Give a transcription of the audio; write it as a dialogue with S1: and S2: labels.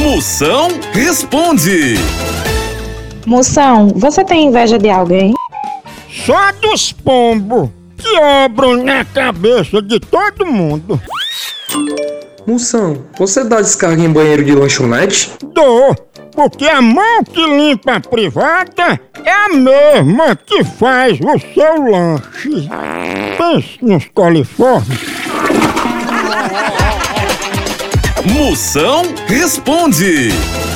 S1: Moção responde.
S2: Moção, você tem inveja de alguém?
S3: Só dos pombos que obram na cabeça de todo mundo.
S4: Moção, você dá descarga em banheiro de lanchonete?
S3: Dou, porque a mão que limpa a privada é a mesma que faz o seu lanche. Pense nos coliformes.
S1: Moção responde.